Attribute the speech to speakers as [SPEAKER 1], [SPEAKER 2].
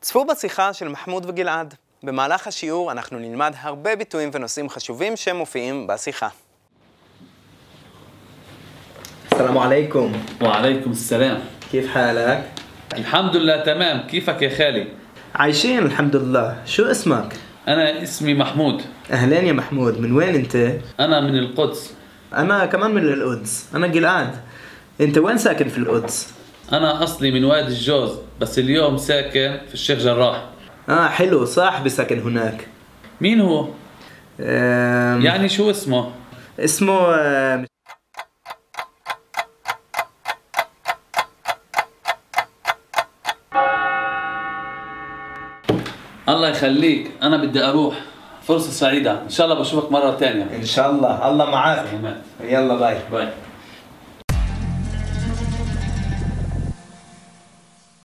[SPEAKER 1] צפו בשיחה של מחמוד וגלעד. במהלך השיעור אנחנו נלמד הרבה ביטויים ונושאים חשובים שמופיעים בשיחה.
[SPEAKER 2] السلام عليكم
[SPEAKER 3] وعليكم السلام
[SPEAKER 2] كيف حالك؟
[SPEAKER 3] الحمد لله تمام كيفك يا خالي
[SPEAKER 2] عايشين الحمد لله شو اسمك؟
[SPEAKER 3] أنا اسمي محمود
[SPEAKER 2] أهلين يا محمود من وين أنت؟
[SPEAKER 3] أنا من القدس
[SPEAKER 2] أنا كمان من القدس أنا جلعاد أنت وين ساكن في القدس؟
[SPEAKER 3] أنا أصلي من وادي الجوز بس اليوم ساكن في الشيخ جراح
[SPEAKER 2] آه حلو صاحبي ساكن هناك
[SPEAKER 3] مين هو؟
[SPEAKER 2] أم...
[SPEAKER 3] يعني شو اسمه؟
[SPEAKER 2] اسمه آم،
[SPEAKER 3] الله يخليك أنا بدي أروح فرصة سعيدة إن شاء الله بشوفك مرة تانية
[SPEAKER 2] إن شاء الله الله معك
[SPEAKER 3] تمام.
[SPEAKER 2] يلا باي
[SPEAKER 3] باي